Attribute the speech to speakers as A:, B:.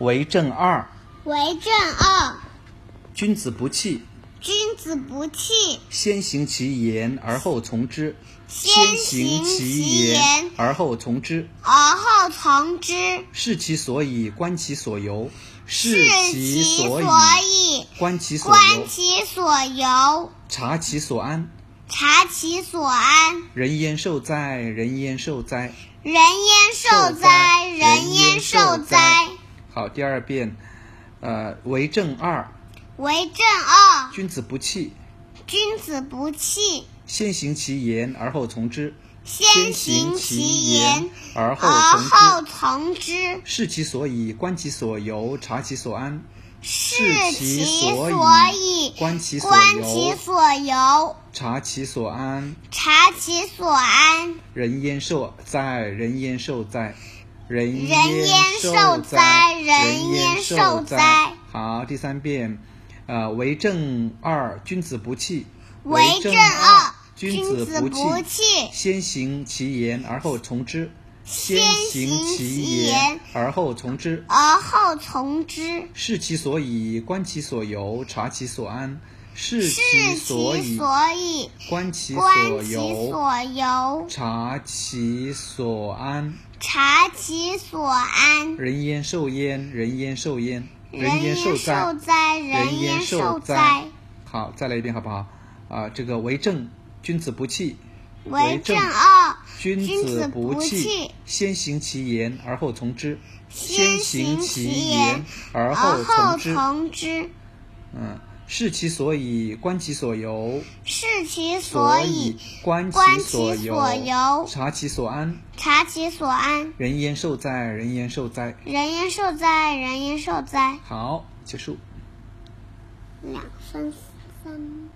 A: 为政二，
B: 为政二，
A: 君子不器，
B: 君子不器，
A: 先行其言而后从之；
B: 先
A: 行
B: 行
A: 其
B: 其言
A: 而后从之，
B: 而后从之。
A: 视其所以观其所由，视
B: 视
A: 其所
B: 所
A: 以
B: 以，
A: 观其所由
B: 观，其所由，
A: 察其所安。
B: 察其所安。
A: 人焉受哉？人焉受哉？
B: 人焉受哉，人焉受哉。
A: 好，第二遍，呃，为政二，
B: 为政二，
A: 君子不器，
B: 君子不器，
A: 先行其言而后从之；
B: 先
A: 行
B: 行
A: 其
B: 其言
A: 而后
B: 而
A: 从
B: 后
A: 之。
B: 从之。
A: 视其所以，观其所由，察其所安。
B: 视
A: 其
B: 其
A: 所
B: 所
A: 以
B: 以，
A: 观其所
B: 观
A: 由
B: 其所由，
A: 察其所安，
B: 察其所安。
A: 人焉受哉？人焉受哉？人
B: 人
A: 焉
B: 焉
A: 受
B: 受
A: 哉
B: 哉？
A: 人焉
B: 人焉
A: 受
B: 受
A: 哉
B: 哉。
A: 好，第三遍，呃，为政二，君子不器。
B: 为政
A: 二
B: 二，，
A: 君
B: 君
A: 子
B: 子
A: 不
B: 不
A: 器。
B: 器，
A: 先行其言而后从之，先
B: 先行
A: 其
B: 其
A: 言
B: 言
A: 而后从之。
B: 而后从之。
A: 视其所以，观其所由，察其所安。视
B: 视
A: 其
B: 其
A: 所
B: 所
A: 以，
B: 以，
A: 观其
B: 观
A: 所
B: 其
A: 由，
B: 所由，
A: 察其所安。
B: 察其所安。
A: 人焉受焉，人焉受焉，
B: 人
A: 焉
B: 焉
A: 受哉
B: 受。哉，
A: 人
B: 人
A: 焉
B: 焉
A: 受
B: 受
A: 哉
B: 哉。
A: 好，再来一遍好不好？啊、这个为政，君子不器。
B: 为
A: 政
B: 政二，
A: 君
B: 君
A: 子
B: 子
A: 不
B: 不
A: 器
B: 器，
A: 先行其言而后从之，
B: 先
A: 行
B: 行
A: 其
B: 其
A: 言
B: 言
A: 而
B: 而后
A: 从之。
B: 从之。
A: 嗯，视其所以，观其所由，
B: 视其所
A: 所
B: 以，
A: 观
B: 观
A: 所
B: 其所由
A: 察其所安。
B: 察其所安。
A: 人焉受哉？人焉受哉？
B: 人焉受哉，人焉受哉。
A: 好，结束。
B: 两三三。